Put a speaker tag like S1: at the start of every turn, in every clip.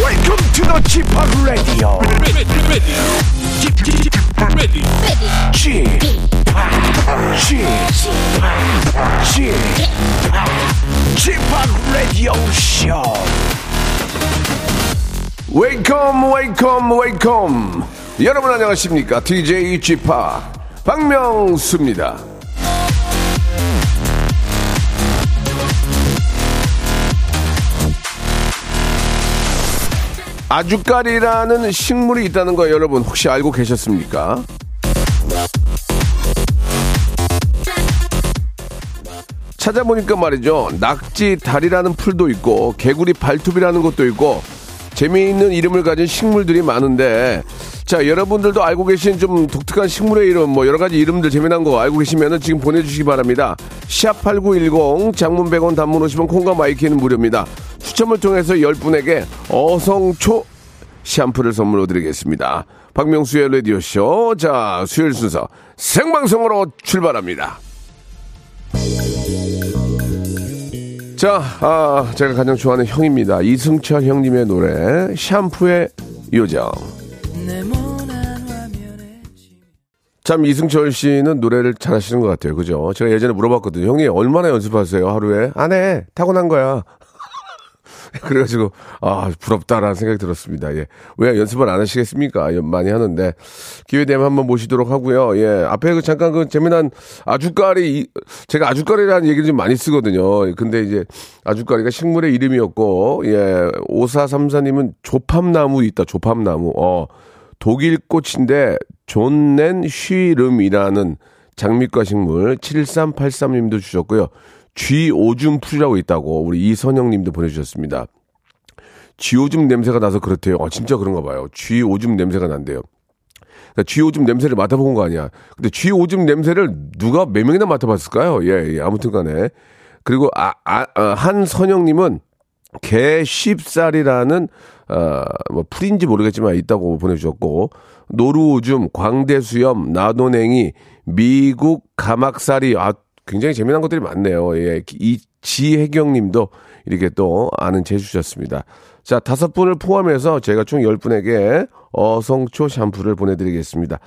S1: welcome to the Chip Radio.
S2: ready, ready, ready, ready.
S1: Chip, Chip, Chip, Chip Radio Show. Welcome, welcome, welcome. 여러분 안녕하십니까? DJ Chip 박명수입니다. 아주까리라는 식물이 있다는 거 여러분 혹시 알고 계셨습니까? 찾아보니까 말이죠. 낙지 달이라는 풀도 있고 개구리 발톱이라는 것도 있고 재미있는 이름을 가진 식물들이 많은데 자 여러분들도 알고 계신 좀 독특한 식물의 이름 뭐 여러 가지 이름들 재미난 거 알고 계시면은 지금 보내주시기 바랍니다. 시합 8910 장문 100원 단문 50원 콩과 마이키는 무료입니다. 추첨을 통해서 10분에게 어성초 샴푸를 선물로 드리겠습니다. 박명수의 라디오쇼 자 수요일 순서 생방송으로 출발합니다. 자, 아, 제가 가장 좋아하는 형입니다. 이승철 형님의 노래, 샴푸의 요정. 참, 이승철 씨는 노래를 잘하시는 것 같아요. 그죠? 제가 예전에 물어봤거든요. 형님, 얼마나 연습하세요? 하루에? 안 해. 타고난 거야. 그래가지고, 아, 부럽다라는 생각이 들었습니다. 예. 왜 연습을 안 하시겠습니까? 예, 많이 하는데. 기회 되면 한번 모시도록 하고요. 예. 앞에 그 잠깐 그 재미난 아주까리, 이- 제가 아주까리라는 얘기를 좀 많이 쓰거든요. 근데 이제 아주까리가 식물의 이름이었고, 예. 5434님은 조팝나무 있다, 조팝나무. 어. 독일 꽃인데 존넨 쉬름이라는 장미과 식물 7383님도 주셨고요. 쥐 오줌 풀이라고 있다고 우리 이선영 님도 보내주셨습니다. 쥐 오줌 냄새가 나서 그렇대요. 아, 진짜 그런가 봐요. 쥐 오줌 냄새가 난대요. 그러니까 쥐 오줌 냄새를 맡아본 거 아니야. 근데 쥐 오줌 냄새를 누가 몇 명이나 맡아봤을까요? 예, 예, 아무튼 간에. 그리고 아, 아, 아, 한선영님은 개십살이라는 어, 뭐 풀인지 모르겠지만 있다고 보내주셨고 노루오줌, 광대수염, 나도냉이, 미국 가막살이 아 굉장히 재미난 것들이 많네요. 예, 이 지혜경님도 이렇게 또 아는 재 주셨습니다. 자 다섯 분을 포함해서 제가 총 열 분에게 어성초 샴푸를 보내드리겠습니다.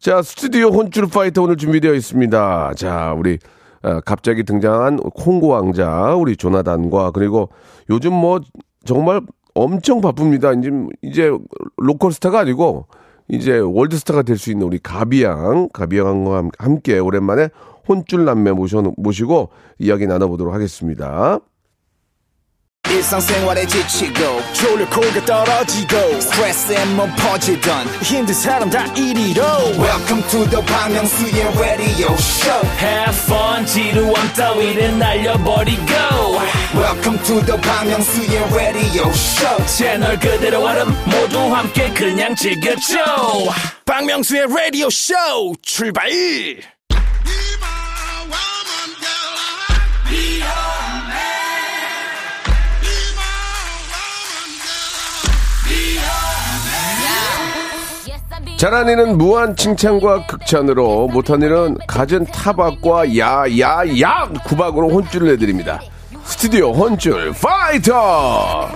S1: 자 스튜디오 혼줄 파이터 오늘 준비되어 있습니다. 자 우리 어, 갑자기 등장한 콩고 왕자 우리 조나단과 그리고 요즘 뭐 정말 엄청 바쁩니다. 이제 이제 로컬 스타가 아니고 이제 월드 스타가 될 수 있는 우리 가비양 가비양과 함- 함께 오랜만에 혼줄 남매 모셔 모시고 이야기 나눠보도록 하겠습니다.
S3: 일상생활에 지치고, 졸려 코가 떨어지고, 스트레스에 몸 퍼지던, 힘든 사람 다 이리로. welcome to the Bang Myung-soo's radio show
S4: Have fun 지루함 따위를 날려버리고
S3: welcome to the Bang Myung-soo's radio show
S4: 채널 그대로 얼음 모두 함께 그냥 즐겨줘
S5: 박명수의 라디오 쇼 출발!
S1: 잘한 일은 무한 칭찬과 극찬으로 못한 일은 가진 타박과 야야야 구박으로 혼쭐을 내드립니다. 스튜디오 혼쭐 파이터.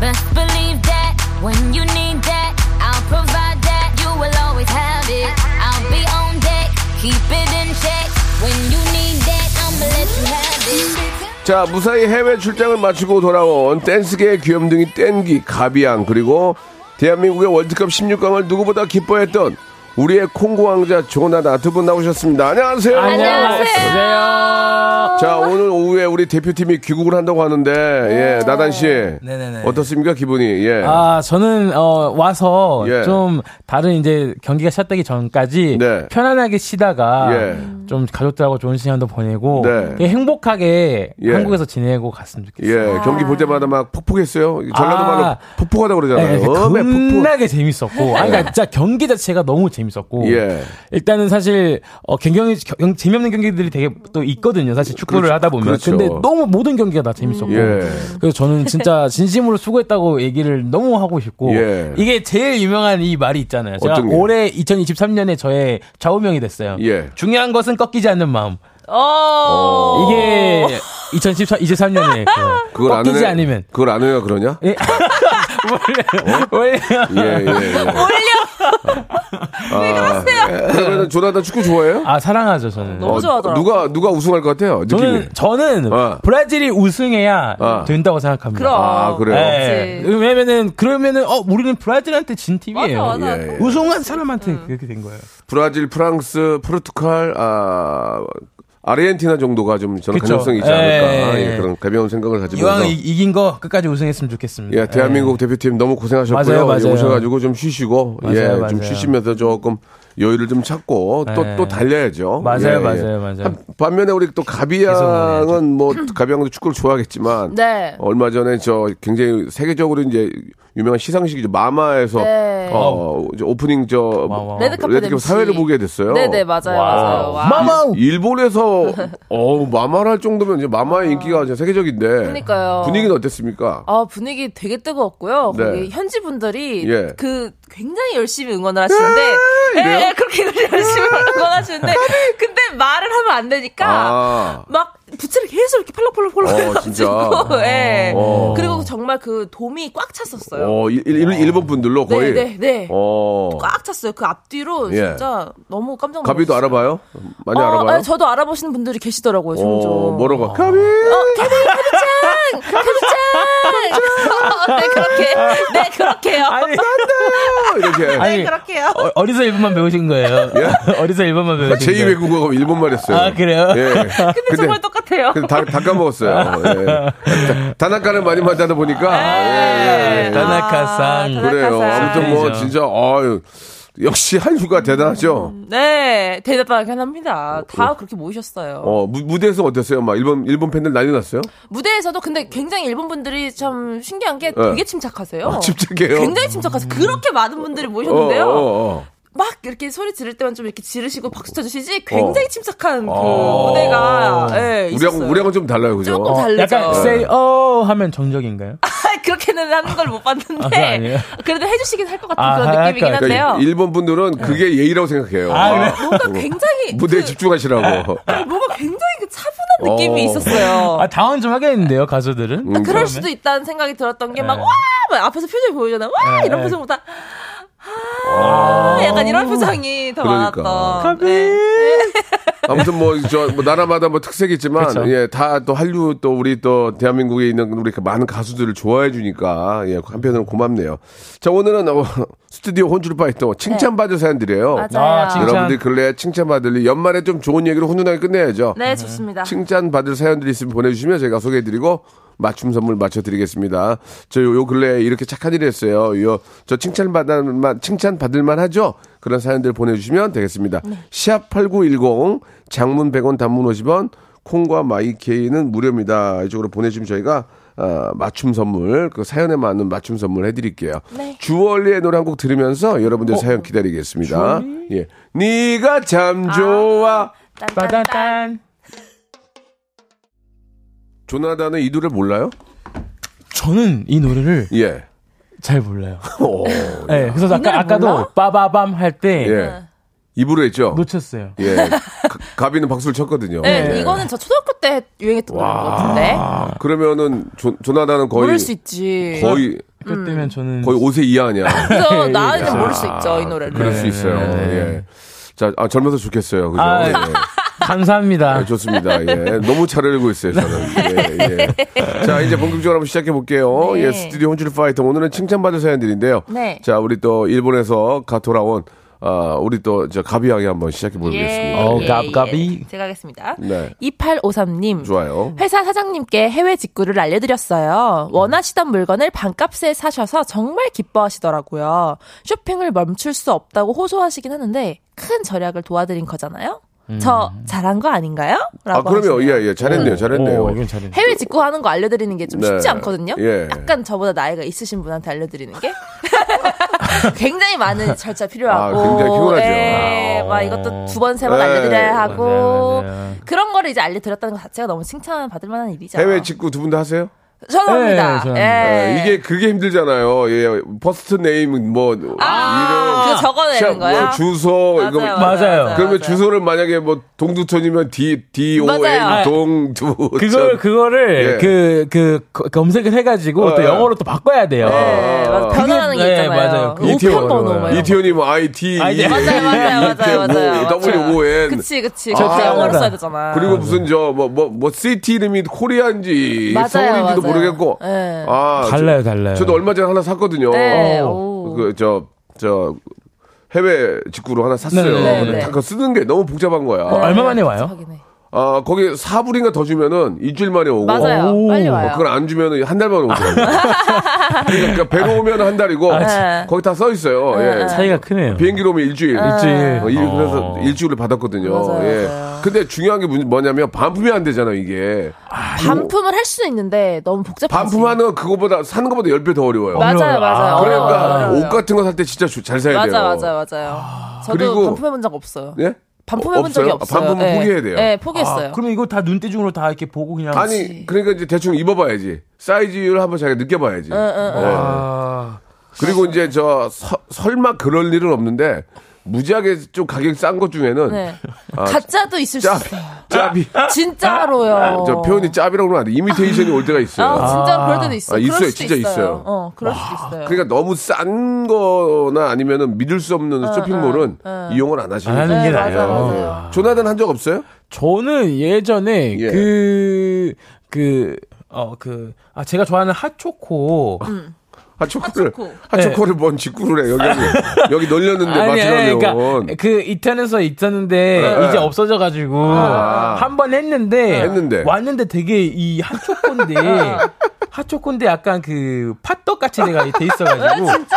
S6: Best believe that when you need that, I'll provide that. You will always have it. I'll be on deck, keep it in check. When you need that, I'ma let you have it.
S1: 자 무사히 해외 출장을 마치고 돌아온 댄스계의 귀염둥이 댄기 가비앙 그리고 대한민국의 월드컵 16강을 누구보다 기뻐했던 우리의 콩고 왕자 조나단 두 분 나오셨습니다. 안녕하세요.
S4: 안녕하세요
S1: 자 오늘 오후에 우리 대표팀이 귀국을 한다고 하는데 예 나단 씨
S7: 네네네.
S1: 어떻습니까 기분이 예.
S7: 아, 저는, 어, 와서
S1: 예.
S7: 좀 다른 이제 경기가 시작되기 전까지
S1: 네.
S7: 편안하게 쉬다가
S1: 예.
S7: 좀 가족들하고 좋은 시간도 보내고
S1: 네.
S7: 되게 행복하게
S1: 예.
S7: 한국에서 지내고 갔으면 좋겠어요.
S1: 예, 경기 볼 때마다 막 폭폭했어요. 전라도 말로
S7: 아.
S1: 폭폭하다고
S7: 네,
S1: 그러잖아요. 음에 폭폭.
S7: 겁나게 재밌었고, 아니, 그러니까 진짜 경기 자체가 너무 재밌었고,
S1: 예.
S7: 일단은 사실 어, 경기 경- 재미없는 경기들이 되게 또 있거든요. 사실 축구를
S1: 그렇죠.
S7: 하다 보면,
S1: 그렇죠.
S7: 근데 너무 모든 경기가 다 재밌었고,
S1: 예.
S7: 그래서 저는 진짜 진심으로 수고했다고 얘기를 너무 하고 싶고,
S1: 예.
S7: 이게 제일 유명한 이 말이 있잖아요. 제가
S1: 어떤 게?
S7: 올해 2023년에 저의 좌우명이 됐어요.
S1: 예.
S7: 중요한 것은 꺾이지 않는 마음.
S1: 어,
S7: 이게 2023년에
S1: 그걸 아는
S7: 꺾이지
S1: 애-
S7: 않으면.
S1: 그걸 아는 애가 그러냐?
S7: 예. 원래
S1: 예, 예. 올려.
S8: 아.
S1: 왜 예. 그러세요? 그러면 조나단 축구 좋아해요?
S7: 아 사랑하죠 저는.
S1: 어,
S8: 너무 좋아하더라고.
S1: 누가 누가 우승할 것 같아요? 느낌이.
S7: 저는 저는
S1: 어.
S7: 브라질이 우승해야
S1: 어.
S7: 된다고 생각합니다.
S8: 그럼.
S1: 아, 그래요?
S7: 예.
S8: 그렇지.
S7: 왜냐면은 그러면은 어 우리는 브라질한테 진 팀이에요.
S8: 맞아, 맞아. 음.
S1: 예, 음. 예.
S7: 우승한 사람한테 그렇게 된 거예요.
S1: 브라질, 프랑스, 포르투갈, 아, 아르헨티나 정도가 좀 저는
S7: 그쵸.
S1: 가능성이 있지
S7: 예,
S1: 않을까.
S7: 예,
S1: 예,
S7: 예.
S1: 그런 가벼운 생각을 가지면서.
S7: 이왕 이, 이긴 거 끝까지 우승했으면 좋겠습니다.
S1: 음. 예, 대한민국 대표팀 너무 고생하셨고요.
S7: 맞아요, 맞아요.
S1: 예, 오셔가지고 좀 쉬시고,
S7: 맞아요,
S1: 예, 좀
S7: 맞아요.
S1: 쉬시면서 조금 여유를 좀 찾고 또 또
S7: 예.
S1: 달려야죠.
S7: 맞아요,
S1: 예, 예.
S7: 맞아요, 맞아요.
S1: 한- 반면에 우리 또
S7: 계속 달려야죠.
S1: 가비양은 뭐 가비양도 축구를 좋아하겠지만
S8: 네.
S1: 얼마 전에 저 굉장히 세계적으로 이제 유명한 시상식이죠 마마에서
S8: 네.
S1: 어, 저 오프닝 저
S7: 와우.
S8: 레드카펫 MC.
S1: 아, 사회를 보게 됐어요. 어,
S8: 네네 맞아요 맞아요. 와.
S7: 마마
S1: 일본에서 어 마마를 할 정도면 이제 마마의 인기가 이제 세계적인데
S8: 어. 그러니까요.
S1: 분위기는 어땠습니까?
S8: 아 분위기 되게 뜨거웠고요.
S1: 네.
S8: 거기 현지 분들이
S1: 예. 아,
S8: 그 굉장히 열심히 응원을 하시는데,
S1: 이래요?
S8: 예, 예, 그렇게 열심히 응원하시는데, 근데 말을 하면 안 되니까
S1: 아.
S8: 막 부채를 계속 이렇게 팔록팔록팔록
S1: 어,
S8: 해가지고,
S1: 진짜?
S8: 예.
S1: 어.
S8: 그리고 정말 그 돔이 꽉 찼었어요.
S1: 어, 일, 일, 일본 분들로 거의.
S8: 네, 네, 네.
S1: 어.
S8: 꽉 찼어요. 그 앞뒤로
S1: 예.
S8: 진짜 너무 깜짝 놀랐어요.
S1: 가비도 알아봐요? 많이
S8: 어,
S1: 알아봐요?
S8: 아니, 저도 알아보시는 분들이 계시더라고요. 종종.
S1: 어,
S7: 아.
S1: 뭐라고? 가비!
S8: 짱! 네 그렇게, 네 그렇게요.
S7: 예. 아니
S1: 이렇게.
S7: 아니
S8: 네, 그렇게요.
S7: 어- 어디서 일본만 배우신 거예요? 어디서 일본만 배우신 거예요?
S1: 제2외국어가 일본말 했어요.
S7: 아, 그래요?
S1: 예. 근데,
S8: 근데 정말 똑같아요.
S1: 근데 다, 다 까먹었어요. 예. 다- 단아까를 많이 만나다
S8: 네,
S1: 보니까. 예, 예, 예.
S7: 다나카상.
S8: 아,
S1: 그래요.
S8: 다나카상.
S1: 아무튼 뭐,
S7: 알죠.
S1: 진짜, 아유. 역시 한류가 대단하죠?
S8: 네, 대답하긴 합니다. 다 그렇게 모이셨어요.
S1: 어, 무, 무대에서 어땠어요? 막, 일본, 일본 팬들 난리 났어요?
S8: 무대에서도 근데 굉장히 일본 분들이 참 신기한 게
S1: 네.
S8: 되게 침착하세요.
S1: 아, 침착해요?
S8: 어. 굉장히 침착하세요. 그렇게 많은 분들이 모이셨는데요.
S1: 어, 어,
S8: 막 이렇게 소리 지를 때만 좀 이렇게 지르시고 박수 쳐주시지 굉장히
S1: 어.
S8: 침착한 그
S1: 어.
S8: 무대가 예,
S1: 어. 우리하고,
S8: 있었어요.
S1: 우리하고는 좀 달라요, 그죠?
S8: 조금 달라요.
S7: 약간
S8: 네.
S7: say oh 하면 정적인가요?
S8: 그렇게는 하는 걸 못
S7: 아, 그거
S8: 봤는데
S7: 아니에요?
S8: 그래도 해주시긴 할 것 같은
S7: 아,
S8: 그런
S7: 할
S8: 느낌이긴
S7: 것
S1: 그러니까
S8: 한데요. 네.
S1: 일본 분들은 그게 예의라고 생각해요.
S7: 아,
S1: 아,
S8: 뭔가 굉장히
S1: 무대에
S8: 그,
S1: 집중하시라고.
S8: 뭔가 굉장히 그 차분한 느낌이
S1: 어.
S8: 있었어요. 아,
S7: 아 당황 좀 하겠는데요 가수들은?
S1: 음.
S8: 그럴 수도 있다는 생각이 들었던 게 막 와! 막 앞에서 표정이 보이잖아. 와!
S7: 네.
S8: 이런 표정보다 아! 약간 이런 표정이 더
S1: 그러니까.
S7: 아,
S8: 많았던. 네.
S1: 아무튼 뭐, 저, 뭐 나라마다 뭐 특색이 있지만,
S7: 그쵸.
S1: 예, 다 또 한류 또 우리 또 대한민국에 있는 우리 그 많은 가수들을 좋아해 주니까, 예, 한편으로는 고맙네요. 자, 오늘은 어, 스튜디오 혼주르파이 또 칭찬받을 사연들이에요.
S8: 네. 맞아요.
S7: 아, 칭찬.
S1: 여러분들 근래 칭찬받을 일, 연말에 좀 좋은 얘기로 훈훈하게 끝내야죠.
S8: 네, 좋습니다.
S1: 칭찬받을 사연들이 있으면 보내주시면 제가 소개해드리고 맞춤 선물 맞춰드리겠습니다. 저 요, 요 근래에 이렇게 착한 일을 했어요. 요, 저 칭찬받을만, 칭찬받을만 하죠? 그런 사연들 보내주시면 되겠습니다. 샵8910, 장문 100원, 단문 50원, 콩과 마이케이는 무료입니다. 이쪽으로 보내주시면 저희가 아, 맞춤 선물, 그 사연에 맞는 맞춤 선물 해드릴게요. 주얼리의 노래 한 곡 들으면서 여러분들 사연 기다리겠습니다. 예. 네가 참 좋아.
S7: 빠다단.
S1: 조나단은 이 노래 몰라요?
S7: 저는 이 노래를
S1: 예.
S7: 잘 몰라요.
S1: 오,
S7: 네, 그래서 아까,
S8: 노래 몰라?
S7: 아까도 빠바밤 할 때
S8: 아.
S1: 예. 입으로 했죠?
S7: 뭐 놓쳤어요.
S1: 예. 가- 가비는 박수를 쳤거든요.
S8: 네,
S1: 예.
S8: 이거는 저 초등학교 때 유행했던 노래인 것 같은데.
S1: 아, 그러면은 조, 조나단은 거의
S8: 모를 수 있지.
S1: 거의
S8: 음.
S7: 그때면 저는
S1: 거의 5세 이하 아니야.
S8: 그래서 나이는 모를 수 있죠, 이 노래를.
S1: 그럴 수 있어요. 예. 자, 아, 젊어서 좋겠어요. 그죠?
S7: 네, 아,
S1: 예.
S7: 감사합니다.
S1: 아, 좋습니다. 예. 너무 잘 알고 있어요, 저는. 예, 예. 자, 이제 본격적으로 한번 시작해 볼게요.
S8: 네.
S1: 예, 스튜디오 혼줄 파이터. 오늘은 칭찬받을 사연들인데요.
S8: 네.
S1: 자, 우리 또 일본에서 가 돌아온, 아, 우리 또, 저, 가비하게 한번
S8: 예.
S1: 시작해 보겠습니다.
S7: 어, 갑갑이.
S8: 제가 하겠습니다.
S1: 예. 네.
S8: 2853님.
S1: 좋아요.
S8: 회사 사장님께 해외 직구를 알려드렸어요. 원하시던 물건을 반값에 사셔서 정말 기뻐하시더라고요. 쇼핑을 멈출 수 없다고 호소하시긴 하는데 큰 절약을 도와드린 거잖아요. 저 잘한 거 아닌가요?
S1: 아,
S8: 라고
S1: 그러면,
S8: 하시네요.
S1: 예, 예. 잘했네요, 잘했네요.
S7: 오, 이건 잘했네.
S8: 해외 직구하는 거 알려드리는 게 좀
S1: 네.
S8: 쉽지 않거든요.
S1: 예.
S8: 약간 저보다 나이가 있으신 분한테 알려드리는 게 굉장히 많은 절차 필요하고,
S1: 아, 굉장히 피곤하죠.
S8: 예, 막 이것도 두 번 세 번
S1: 네.
S8: 알려드려야 하고
S7: 맞아요, 맞아요.
S8: 그런 거를 이제 알려드렸다는 것 자체가 너무 칭찬받을 만한 일이죠.
S1: 해외 직구 두 분 다 하세요?
S8: 네, 저는
S7: 예,
S8: 합니다.
S7: 저는
S8: 예.
S1: 아, 이게 그게 힘들잖아요. 예, 퍼스트 네임 뭐
S8: 아, 아, 적어내는 거야?
S1: 뭐 주소 이거
S8: 맞아요,
S7: 맞아요.
S1: 그러면 주소를 만약에 뭐 동두천이면 D D O N
S8: 맞아요.
S1: 동두
S7: 네. 그걸 그거를
S1: 예.
S7: 그, 그 거- 검색을 해가지고
S1: 어,
S7: 또
S1: 예.
S7: 영어로 또 바꿔야 돼요.
S8: 네, 맞아.
S7: 그게-
S8: 변화하는 게
S7: 네,
S8: 있잖아요.
S7: 맞아요.
S8: 그 우편 번호 뭐 이런 거.
S1: 이티온이 뭐 I T 뭐,
S7: 아, 이제-
S8: 맞아요, 맞아요, 맞아요, 맞아요.
S1: W O N
S8: 그치, 그치.
S1: 아,
S8: 그렇게 영어로
S7: 맞아.
S8: 써야 되잖아.
S1: 그리고 무슨 저 뭐 뭐 뭐 시티 이름이 코리아인지
S8: 맞아요,
S1: 서울인지도
S8: 맞아요.
S1: 모르겠고
S8: 네.
S1: 아
S7: 달라요,
S1: 저,
S7: 달라요.
S1: 저도 얼마 전에 하나 샀거든요.
S8: 네,
S7: 어.
S8: 오.
S1: 그 저 저 해외 직구로 하나 샀어요.
S7: 네,
S8: 네,
S1: 근데
S8: 네.
S1: 다 그거 쓰는 게 너무 복잡한 거야.
S8: 네,
S7: 얼마 만에
S8: 그래서
S7: 와요?
S8: 확인해.
S1: 아 거기 사불인가 더 주면은 일주일 만에 오고
S8: 맞아요.
S7: 오.
S8: 빨리
S1: 어,
S8: 와요.
S1: 그걸 안 주면은 한 달만 오더라고요. 그러니까 배로 오면 한 달이고
S8: 네. 아.
S1: 거기 다 써 있어요. 예.
S7: 차이가 크네요.
S1: 비행기로 오면 일주일.
S7: 일주일.
S1: 어, 일- 그래서 일주일을 받았거든요.
S8: 맞아요,
S1: 예.
S8: 맞아요.
S1: 근데 중요한 게 문- 뭐냐면 반품이 안 되잖아요, 이게.
S8: 반품을 할 수는 있는데 너무 복잡하지.
S1: 반품하는 거 그거보다 사는 거보다 10배 더 어려워요.
S8: 맞아요, 맞아요.
S7: 아,
S8: 어려워요,
S1: 그러니까
S8: 어려워요.
S1: 옷 같은 거 살 때 진짜 주- 잘 사야 돼요.
S8: 맞아, 맞아, 맞아요. 저도
S1: 그리고-
S8: 반품해본 적 없어요.
S1: 예?
S8: 반품해본
S1: 없어요?
S8: 적이
S1: 아,
S8: 없어요.
S1: 반품은
S8: 예.
S1: 포기해야 돼요. 아,
S8: 예, 포기했어요.
S7: 그러면 이거 다 눈대중으로 다 이렇게 보고 그냥.
S1: 아니, 그러니까 이제 대충 입어봐야지. 사이즈를 한번 자기가 느껴봐야지. 예.
S7: 아,
S1: 그리고 이제 저 서- 설마 그럴 일은 없는데 무지하게 좀 가격 싼 것 중에는
S8: 네.
S1: 아,
S8: 가짜도 있을
S1: 짭,
S8: 수 있어요.
S1: 짭이. 아,
S8: 진짜로요.
S1: 저 표현이 짭이라고는 안 돼. 이미테이션이 올 때가 있어요.
S8: 어. 아, 진짜 그럴 때도 있어요.
S1: 아, 있어요.
S8: 그럴 수도
S1: 진짜 있어요.
S8: 어, 그럴 수도 있어요.
S1: 그러니까 너무 싼 거나 아니면은 믿을 수 없는 쇼핑몰은 이용을 안 하시는
S7: 안
S1: 거예요. 어.
S7: 하는 게
S8: 네, 맞아요,
S7: 나아요.
S8: 맞아요.
S1: 조나단 한 적 없어요?
S7: 저는 예전에
S1: 예.
S7: 그, 그, 어, 그, 아, 제가 좋아하는 핫초코.
S1: 하초코를
S8: 하초코.
S1: 하초코를 뭔 직구를 해 여기 여기 널렸는데
S7: 네. 아니, 아니,
S1: 마트라면
S7: 그러니까 그 이태원에서 있었는데
S1: 네,
S7: 이제 없어져가지고 한 번 했는데,
S1: 아. 했는데.
S7: 왔는데 되게 이 핫초코인데 핫초코인데 약간 그 팥떡 같이 내가 돼 있어가지고 아, 진짜?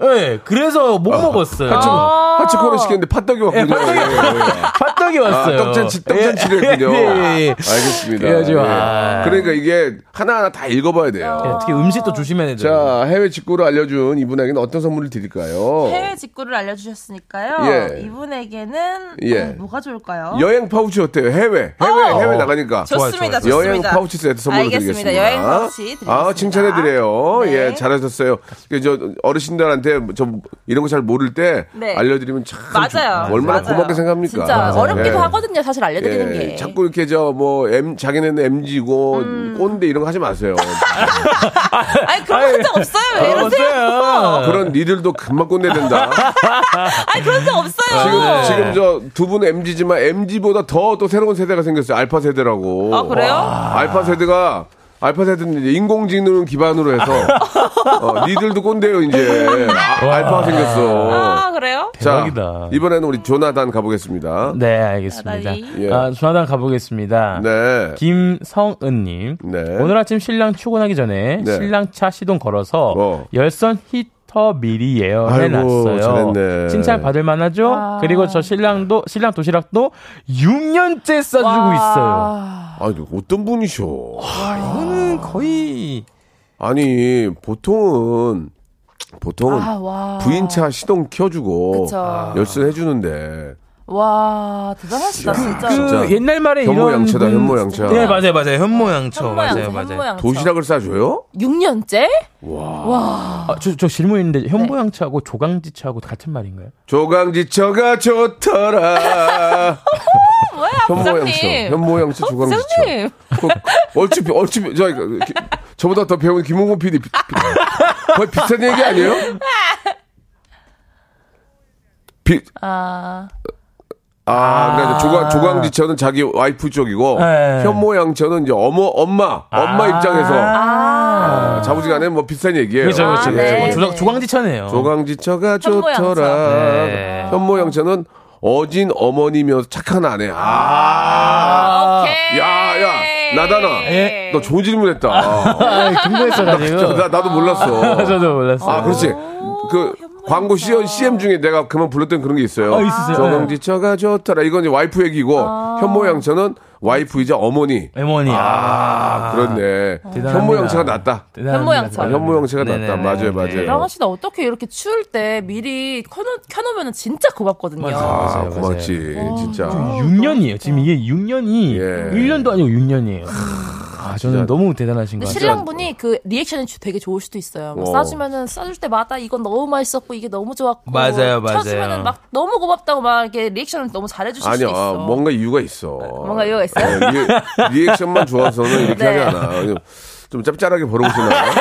S7: 네, 그래서 못 먹었어요.
S1: 아, 하초코를 시켰는데 팥떡이 왔군요.
S7: 예,
S1: 예, 아,
S7: 팥떡이 팥떡이 왔어요.
S1: 떡잔치 떡잔치를 했군요.
S7: 예, 예, 예.
S1: 알겠습니다.
S7: 그래가지고,
S1: 예.
S7: 아.
S1: 그러니까 이게 하나하나 다 읽어봐야 돼요.
S7: 예, 특히 음식도 조심해야 돼요.
S1: 자 해외 직구를 알려준 이분에게는 어떤 선물을 드릴까요?
S8: 해외 직구를 알려주셨으니까요.
S1: 뭐. 예.
S8: 이분에게는
S1: 예.
S8: 어, 뭐가 좋을까요?
S1: 여행 파우치 어때요? 해외 해외 해외 나가니까
S8: 좋습니다, 좋습니다.
S1: 여행 파우치 세트 선물로
S8: 알겠습니다.
S1: 드리겠습니다.
S8: 여행 파우치 드리겠습니다.
S1: 아, 칭찬해드려요.
S8: 네.
S1: 예, 잘하셨어요. 그저 어르신들한테 저 이런 거 잘 모를 때
S8: 네.
S1: 알려드리면 참
S8: 맞아요.
S1: 주- 얼마나
S8: 맞아요.
S1: 고맙게 생각합니까? 네.
S8: 진짜 어렵기도 하거든요. 사실 알려드리는
S1: 예,
S8: 게.
S1: 자꾸 이렇게 저 뭐 M 자기네는 MG고
S8: 음.
S1: 꼰대 이런 거 하지 마세요.
S8: 아니 그런 거 한 적 없어요.
S7: 네, 아,
S8: 왜 이러세요? 아.
S7: 없어요.
S1: 그런 니들도 금방 꼰대 된다.
S8: 아니 그런 적 없어요.
S1: 지금 지금 저 두 분 MG지만 MG보다 더 또 새로운 세대가 생겼어요. 알파 세대라고.
S8: 아, 그래요?
S1: 와. 알파 세대가 알파 세대는 이제 인공지능 기반으로 해서 어, 니들도 꼰대요 이제 아, 알파 생겼어.
S8: 아 그래요?
S1: 자
S7: 대박이다.
S1: 이번에는 우리 조나단 가보겠습니다.
S7: 네, 알겠습니다.
S8: 나다리.
S1: 예.
S7: 아, 조나단 가보겠습니다.
S1: 네.
S7: 김성은님.
S1: 네.
S7: 오늘 아침 신랑 출근하기 전에
S1: 네.
S7: 신랑 차 시동 걸어서
S1: 어.
S7: 열선 히터 미리
S1: 아이고,
S7: 예열해놨어요.
S1: 잘했네.
S7: 칭찬 받을 만하죠? 그리고 저 신랑도 신랑 도시락도 6년째 싸주고 있어요.
S1: 아니 어떤 분이셔?
S7: 이거는 거의
S1: 아니 보통은 보통은
S8: 아 와.
S1: 부인차 시동 켜주고
S8: 그쵸. 아.
S1: 열쇠 해주는데
S8: 와 대단하시다 진짜.
S7: 그
S1: 진짜.
S7: 옛날 말에
S1: 현모
S7: 이런
S1: 양처다,
S7: 분-
S1: 현모 양처.
S7: 네 맞아요 맞아요 현모 양처 맞아요
S8: 현모양처,
S7: 맞아요.
S8: 현모양처.
S1: 도시락을 싸줘요?
S8: 6년째?
S7: 아, 저, 저 질문 있는데 현모 양처하고 조강지처하고 같은 말인가요?
S1: 조강지처가 좋더라.
S8: 뭐야,
S1: 현모양처,
S8: 부장님. 어,
S1: 현모양처 조강지처.
S8: 부장님.
S1: 그, 얼추 비- 얼추 저 그, 기- 저보다 더 배운 김홍곤 PD 비- 비- 거의 비슷한 얘기 아니에요? 비,
S8: 아,
S1: 아, 그러니까 조강, 조강지처는 자기 와이프 쪽이고,
S7: 네.
S1: 현모양처는 이제 어머, 엄마, 엄마 입장에서. 아, 자부지간에 뭐 비슷한 얘기예요
S7: 그렇죠 그렇죠.
S8: 아, 네.
S7: 조, 조, 조강지처네요.
S1: 조강지처가
S8: 현모양처.
S1: 좋더라.
S7: 네.
S1: 현모양처는 어진 어머니며 착한 아내. 아.
S8: 오케이.
S1: 야, 야, 나다나.
S7: 예.
S1: 너 좋은 질문 했다.
S7: 아, 궁금했어가지고.
S1: 나, 나도 몰랐어.
S7: 저도 몰랐어요.
S1: 아, 그렇지. 그 광고 CM, CM 중에 내가 그만 불렀던 그런 게 있어요.
S7: 아, 있으세요?
S1: 조강지처가 좋더라. 이건 이제 와이프 얘기고
S8: 아.
S1: 현모양처는 와이프이자 어머니.
S7: 어머니. 아,
S1: 그렇네.
S7: 대단합니다.
S1: 현모양처가 낫다.
S7: 대단합니다.
S8: 현모양처.
S1: 아, 현모양처가 낫다.
S7: 네네.
S1: 맞아요, 맞아요.
S7: 네.
S8: 랑아 씨나 어떻게 이렇게 추울 때 미리 켜놓, 켜놓으면 진짜 고맙거든요.
S7: 맞아.
S1: 아,
S7: 맞아요,
S1: 고맙지. 진짜.
S7: 6년이에요. 지금 이게 6년이
S1: 예.
S7: 1년도 아니고 6년이에요. 아, 저는 너무 대단하신 것
S8: 근데
S7: 같아요.
S8: 신랑분이 그 리액션이 주- 되게 좋을 수도 있어요. 막
S1: 어.
S8: 싸주면은 싸줄 때마다 이건 너무 맛있었고 이게 너무 좋았고
S7: 맞아요, 맞아요.
S8: 쳐주면은 막 너무 고맙다고 막 이렇게 리액션을 너무 잘해주실
S1: 아니요,
S8: 수
S1: 아,
S8: 있어.
S1: 뭔가 이유가 있어.
S8: 뭔가 이유가 있어요?
S1: 어, 리, 리액션만 좋아서는 이렇게
S8: 네.
S1: 하지 않아. 좀- 좀 짭짤하게 벌어보시나요?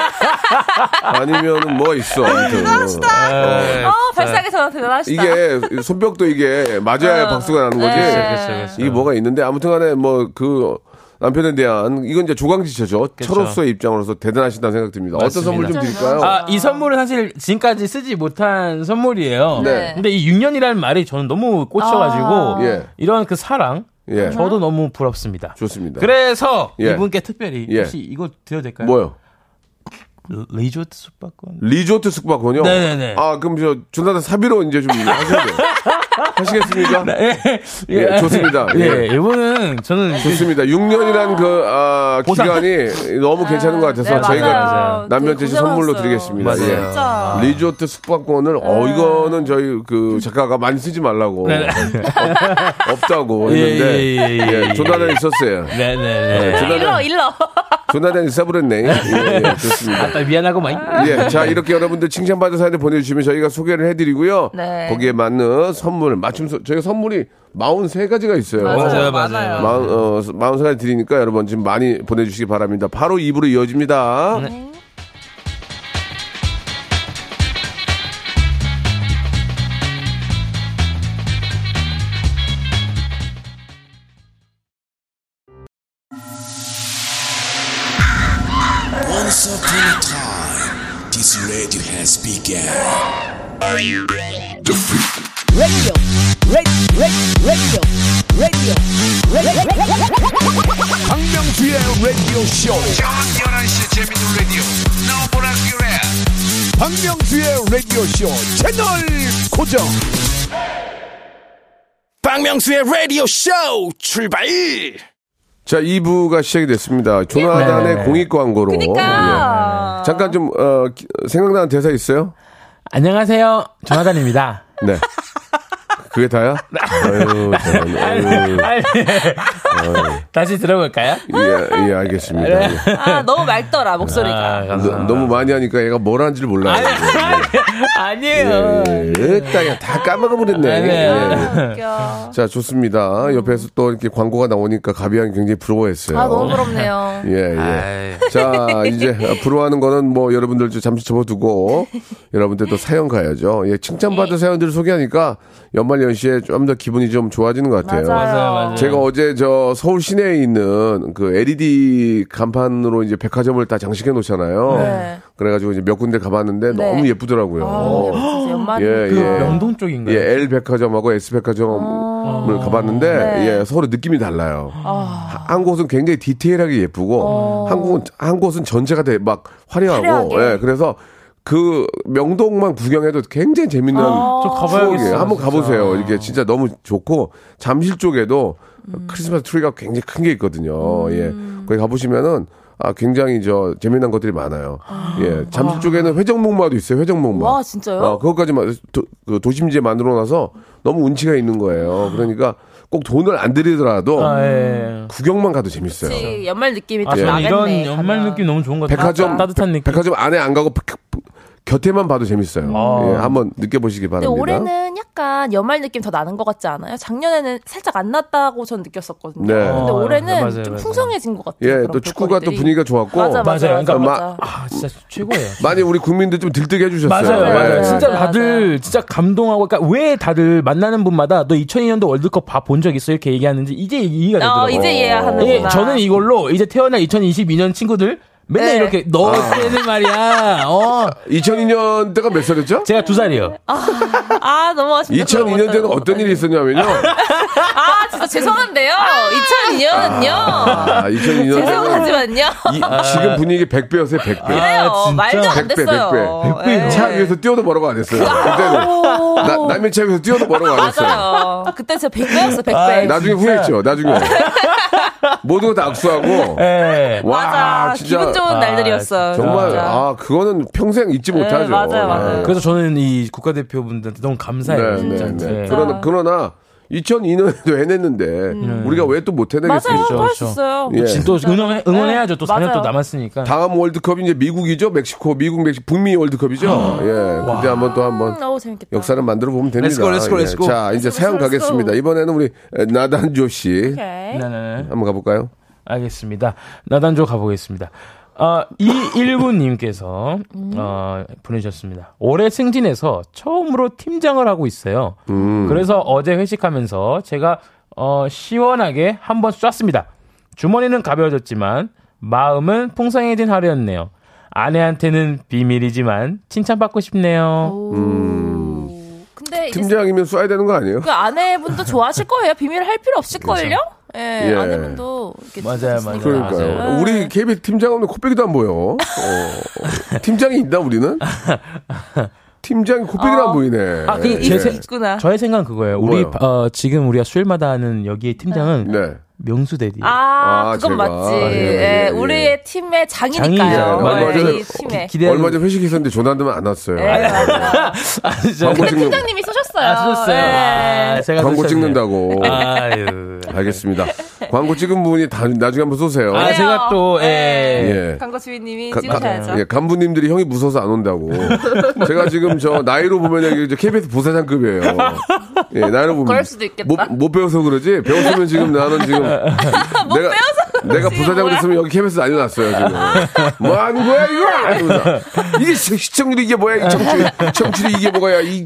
S1: 아니면 뭐가 있어. 아무튼.
S7: 네.
S8: 어, 발상이 저는 대단하시다.
S1: 이게 손뼉도 이게 맞아야 박수가 나는 거지.
S8: 네.
S7: 그렇죠, 그렇죠.
S1: 예. 이게 뭐가 있는데 아무튼간에 뭐 그 남편에 대한 이건 이제 조강지처죠. 철없어의 입장으로서 대단하시다는 생각 듭니다. 어떤
S7: 맞습니다.
S1: 선물 좀 드릴까요?
S7: 아, 이 선물은 사실 지금까지 쓰지 못한 선물이에요.
S1: 네.
S7: 근데 이 6년이라는 말이 저는 너무 꽂혀가지고
S1: 아. 예.
S7: 이런 그 사랑
S1: 예.
S7: 저도 너무 부럽습니다.
S1: 좋습니다.
S7: 그래서
S1: 예.
S7: 이분께 특별히
S1: 예.
S7: 혹시 이거 드려도 될까요?
S1: 뭐요?
S7: 리조트 숙박권.
S1: 리조트 숙박권요?
S7: 네네네.
S1: 아, 그럼 저 준다는 사비로 이제 좀 하셔야 돼요. 하시겠습니까?
S7: 네.
S1: 예, 좋습니다.
S7: 예, 이분은 저는
S1: 좋습니다. 6년이란 그 아,
S7: 보상.
S1: 기간이 너무 괜찮은 것 같아서
S8: 네,
S1: 저희가
S8: 맞아요.
S1: 남편태 씨
S8: 되게
S1: 선물로
S8: 고생하셨어요. 네.
S1: 드리겠습니다.
S7: 맞아요.
S1: 예.
S8: 진짜.
S1: 리조트 숙박권을 어 이거는 저희 그 작가가 많이 쓰지 말라고
S7: 네, 네.
S1: 어, 없다고
S7: 예,
S1: 했는데
S7: 예, 예, 예, 예.
S1: 조나단 있었어요. 예,
S7: 네네네. 아,
S8: 일러
S1: 조나단
S8: 일러.
S1: 조나단 있어버렸네. 예, 예, 좋습니다.
S7: 아빠 미안하고 많이.
S1: 예, 자 이렇게 여러분들 칭찬받은 사연을 보내주시면 저희가 소개를 해드리고요.
S8: 네.
S1: 거기에 맞는 선물 맞춤 소- 저희가 선물이 43가지가 있어요.
S7: 맞아요, 맞아요.
S1: 마흔 어 마흔 살 드리니까 여러분 지금 많이 보내주시기 바랍니다. 바로 입으로 이어집니다.
S8: 네.
S5: Once upon a time, this radio has begun.
S3: 박명수의 라디오 쇼. 저녁 11시 재밌는 라디오. 박명수의 라디오 쇼 채널 고정.
S5: 박명수의 라디오 쇼 출발!
S1: 자 2부가 시작이 됐습니다. 조나단의
S7: 네.
S1: 공익 광고로.
S8: 그러니까.
S1: 예. 잠깐 좀 어, 기- 생각나는 대사 있어요?
S7: 안녕하세요, 조나단입니다.
S1: 네. 그게 다야? 아유, 참, 아유.
S7: 아니, 다시 들어볼까요?
S1: 예, 예, 알겠습니다.
S7: 네.
S1: 예.
S8: 아 너무 맑더라 목소리가.
S7: 아,
S1: 너,
S7: 감사합니다.
S1: 너무 많이 하니까 얘가 뭘 하는지를 몰라요. 예,
S7: 아니에요.
S1: 으따야 다 까먹어버렸네.
S7: 네, 네.
S1: 예.
S8: 웃겨.
S1: 자 좋습니다. 옆에서 또 이렇게 광고가 나오니까 가비안 굉장히
S7: 네.
S1: 부러워했어요.
S8: 아 너무 부럽네요.
S1: 예, 예. 자, 이제 부러워하는 거는 뭐 여러분들 좀 잠시 접어두고 여러분들 또 사연 가야죠. 예,
S8: 네.
S1: 칭찬받은 사연들을 소개하니까 연말 연시에 좀 더 기분이 좀 좋아지는 것 같아요.
S7: 맞아요, 네. 맞아요.
S1: 제가 어제 저 서울 시내에 있는 그 LED 간판으로 이제 백화점을 다 장식해 놓잖아요.
S8: 네.
S1: 그래가지고 이제 몇 군데 가봤는데
S8: 네.
S1: 너무 예쁘더라고요.
S8: 아, 너무 연말.
S1: 예,
S7: 그
S1: 예.
S7: 명동 네.
S1: 예,
S7: 쪽인가요?
S1: L 백화점하고 S 백화점을 아.
S7: 아.
S1: 가봤는데
S8: 네.
S1: 예, 서로 느낌이 달라요. 하- 한 곳은 굉장히 디테일하게 예쁘고 한 곳은 한 곳은 전체가 되게 막 어. 화려하고
S8: 화려하게.
S1: 예, 그래서 그 명동만 구경해도 굉장히 재밌는
S7: 저
S1: 추억이에요.
S7: 가봐야겠어요.
S1: 한번
S7: 진짜.
S1: 가보세요. 이게 진짜 너무 좋고 잠실 쪽에도 크리스마스 트리가 굉장히 큰 게 있거든요. 예, 거기 가보시면은. 아, 굉장히 저 재미난 것들이 많아요. 예, 잠실 쪽에는 회전목마도 있어요. 회전목마.
S8: 와, 진짜요?
S7: 어.
S1: 아, 그것까지만 도, 그 도심지에 만들어 놔서 너무 운치가 있는 거예요. 그러니까 꼭 돈을 안 들이더라도
S7: 아, 예.
S1: 구경만 가도 재밌어요.
S8: 그치, 연말 느낌이
S7: 아,
S8: 좀
S7: 저는
S8: 나겠네.
S7: 이런 연말
S8: 가면.
S7: 느낌 너무 좋은 것 같아요.
S1: 음. 백화점
S7: 따뜻한
S1: 백-
S7: 느낌.
S1: 백화점 안에 안 가고 그- 그- 곁에만 봐도 재밌어요.
S7: 아.
S1: 예, 한번 느껴보시기
S8: 근데
S1: 바랍니다.
S8: 올해는 약간 연말 느낌 더 나는 것 같지 않아요? 작년에는 살짝 안 났다고 전 느꼈었거든요.
S1: 네.
S8: 근데
S7: 어,
S8: 올해는
S7: 맞아요,
S8: 좀
S7: 맞아요.
S8: 풍성해진 것 같아요.
S1: 예,
S8: 그런
S1: 또 축구가 또
S8: 볼거리들이.
S1: 분위기가 좋았고
S8: 맞아, 맞아,
S7: 맞아요.
S8: 맞아,
S7: 그러니까
S8: 맞아.
S1: 마-
S7: 아, 진짜 최고예요.
S1: 많이 우리 국민들 좀 들뜨게 해주셨어요.
S7: 맞아요,
S1: 예.
S7: 맞아요. 진짜
S8: 맞아요,
S7: 다들
S8: 맞아요.
S7: 진짜 감동하고, 그러니까 왜 다들 만나는 분마다 너 2002년도 월드컵 봐 본 적 있어? 이렇게 얘기하는지 이제 이해가 되더라고요.
S8: 어, 이제 이해하는구나.
S7: 예, 저는 이걸로 이제 태어난 2022년 친구들 맨날
S8: 네.
S7: 이렇게 너
S1: 아.
S7: 때는 말이야. 어,
S1: 2002년 때가 몇 살이었죠?
S7: 제가 두 살이요.
S8: 아, 너무 아쉽다.
S1: 2002년 때는 어떤 일이 있었냐면요.
S8: 아, 진짜 죄송한데요. 2002년은요.
S1: 아, 2002년 때는
S8: 죄송하지만요.
S1: 이- 지금 분위기 100배였어요, 100배.
S8: 그래요.
S7: 아, 진짜.
S8: 말도 안
S1: 100배,
S8: 됐어요.
S1: 100배.
S8: 예.
S1: 차 위에서 뛰어도 뭐라고 안 했어요. 그때는. 나, 남의 차 위에서 뛰어도 뭐라고 안 했어요.
S8: 맞아요. 그때 진짜 100배였어, 100배.
S1: 아, 나중에 후회했죠, 나중에. 모든 거 다 악수하고.
S7: 예.
S1: 와,
S8: 네. 맞아.
S1: 진짜.
S8: 기분 좋은 날들이었어요.
S1: 정말,
S8: 진짜. 네,
S1: 아, 그거는 평생 잊지 못하죠.
S8: 맞아요, 맞아요.
S1: 예.
S7: 그래서 저는 이 국가대표분들한테 너무 감사해요.
S1: 네, 네,
S7: 진짜.
S1: 네.
S7: 예.
S1: 그러나, 그러나 2002년에도 해냈는데 우리가 왜 또 못 해내겠습니까?
S8: 음. 맞아요.
S7: 그렇죠,
S8: 또 할 수
S7: 그렇죠.
S8: 있어요.
S1: 예.
S7: 또 응원해, 응원해야죠. 또 4년
S8: 네. 맞아요.
S7: 또 남았으니까.
S1: 다음 월드컵이 이제 미국이죠, 멕시코, 미국, 멕시, 북미 월드컵이죠. 예, 그때 한번 또 한번
S8: 아. 음, 어우, 재밌겠다.
S1: 역사를 만들어 보면 됩니다.
S9: Let's go, let's go,
S1: 예.
S9: let's go.
S1: 자, 이제
S8: go,
S1: 사연
S8: let's go.
S1: 가겠습니다. 이번에는 우리 나단조 씨
S8: 오케이.
S7: 네네네.
S1: 한번 가볼까요?
S7: 알겠습니다. 나단조 가보겠습니다. 아, 이일구님께서
S8: 음.
S7: 어, 보내주셨습니다. 올해 승진해서 처음으로 팀장을 하고 있어요.
S1: 음.
S7: 그래서 어제 회식하면서 제가 어, 시원하게 한번 쐈습니다. 주머니는 가벼워졌지만 마음은 풍성해진 하루였네요. 아내한테는 비밀이지만 칭찬받고 싶네요.
S8: 오. 근데 이제
S1: 팀장이면 쏴야 되는 거 아니에요?
S8: 그 아내분도 좋아하실 거예요. 비밀 할 필요 없을 걸요. 예,
S1: 예.
S8: 아내분도 이렇게
S7: 맞아요,
S8: 좋아하시니까.
S7: 맞아요.
S1: 그러니까요.
S8: 맞아요.
S1: 우리 KB 팀장 없는 코빼기도 안 보여. 어. 팀장이 있나 우리는? 팀장이 코빼기도 안 보이네.
S7: 아, 그
S8: 예.
S7: 제 생-
S8: 있구나.
S7: 저의 생각은 그거예요. 우리
S1: 뭐예요?
S7: 어, 지금 우리가 수요일마다 하는 여기의 팀장은
S1: 네.
S7: 명수 대리.
S8: 아,
S1: 아,
S8: 그건
S1: 제가.
S8: 맞지.
S1: 예,
S8: 예,
S1: 예, 예.
S8: 우리의 팀의
S7: 장인이죠.
S8: 장이니까요.
S1: 얼마
S8: 예,
S1: 전에
S8: 이 팀의.
S7: 기대
S1: 네. 얼마 전에 회식 있었는데 조난드만 안 왔어요.
S8: 예, 맞아요.
S7: 아, 진짜.
S1: 광고 찍는
S8: 팀장님이 쏘셨어요.
S7: 아, 쓰셨어요.
S8: 예.
S7: 아, 제가
S1: 광고
S7: 쓰셨네요.
S1: 찍는다고.
S7: 아유.
S1: 알겠습니다. 광고 찍은 분이 다, 나중에 한번 쏘세요.
S8: 네.
S7: 아, 제가 또, 예.
S1: 예.
S8: 광고 수위님이
S1: 가- 가-
S8: 찍으셔야죠.
S1: 예, 간부님들이 형이 무서워서 안 온다고. 제가 지금 저 나이로 보면 여기 이제 KBS 부사장급이에요. 예, 나이로 보면.
S8: 그럴 수도 있겠다.
S1: 못, 못 배워서 그러지? 배웠으면 지금 나는 지금. 내가, 내가 부사장
S8: 뭐야?
S1: 됐으면 여기 KBS 난리 났어요, 지금. 뭐 하는 거야, 이거! 이러면서. 이게 시- 시청률이 이게 뭐야, 이 청취, 청취율이 이게 뭐야, 이,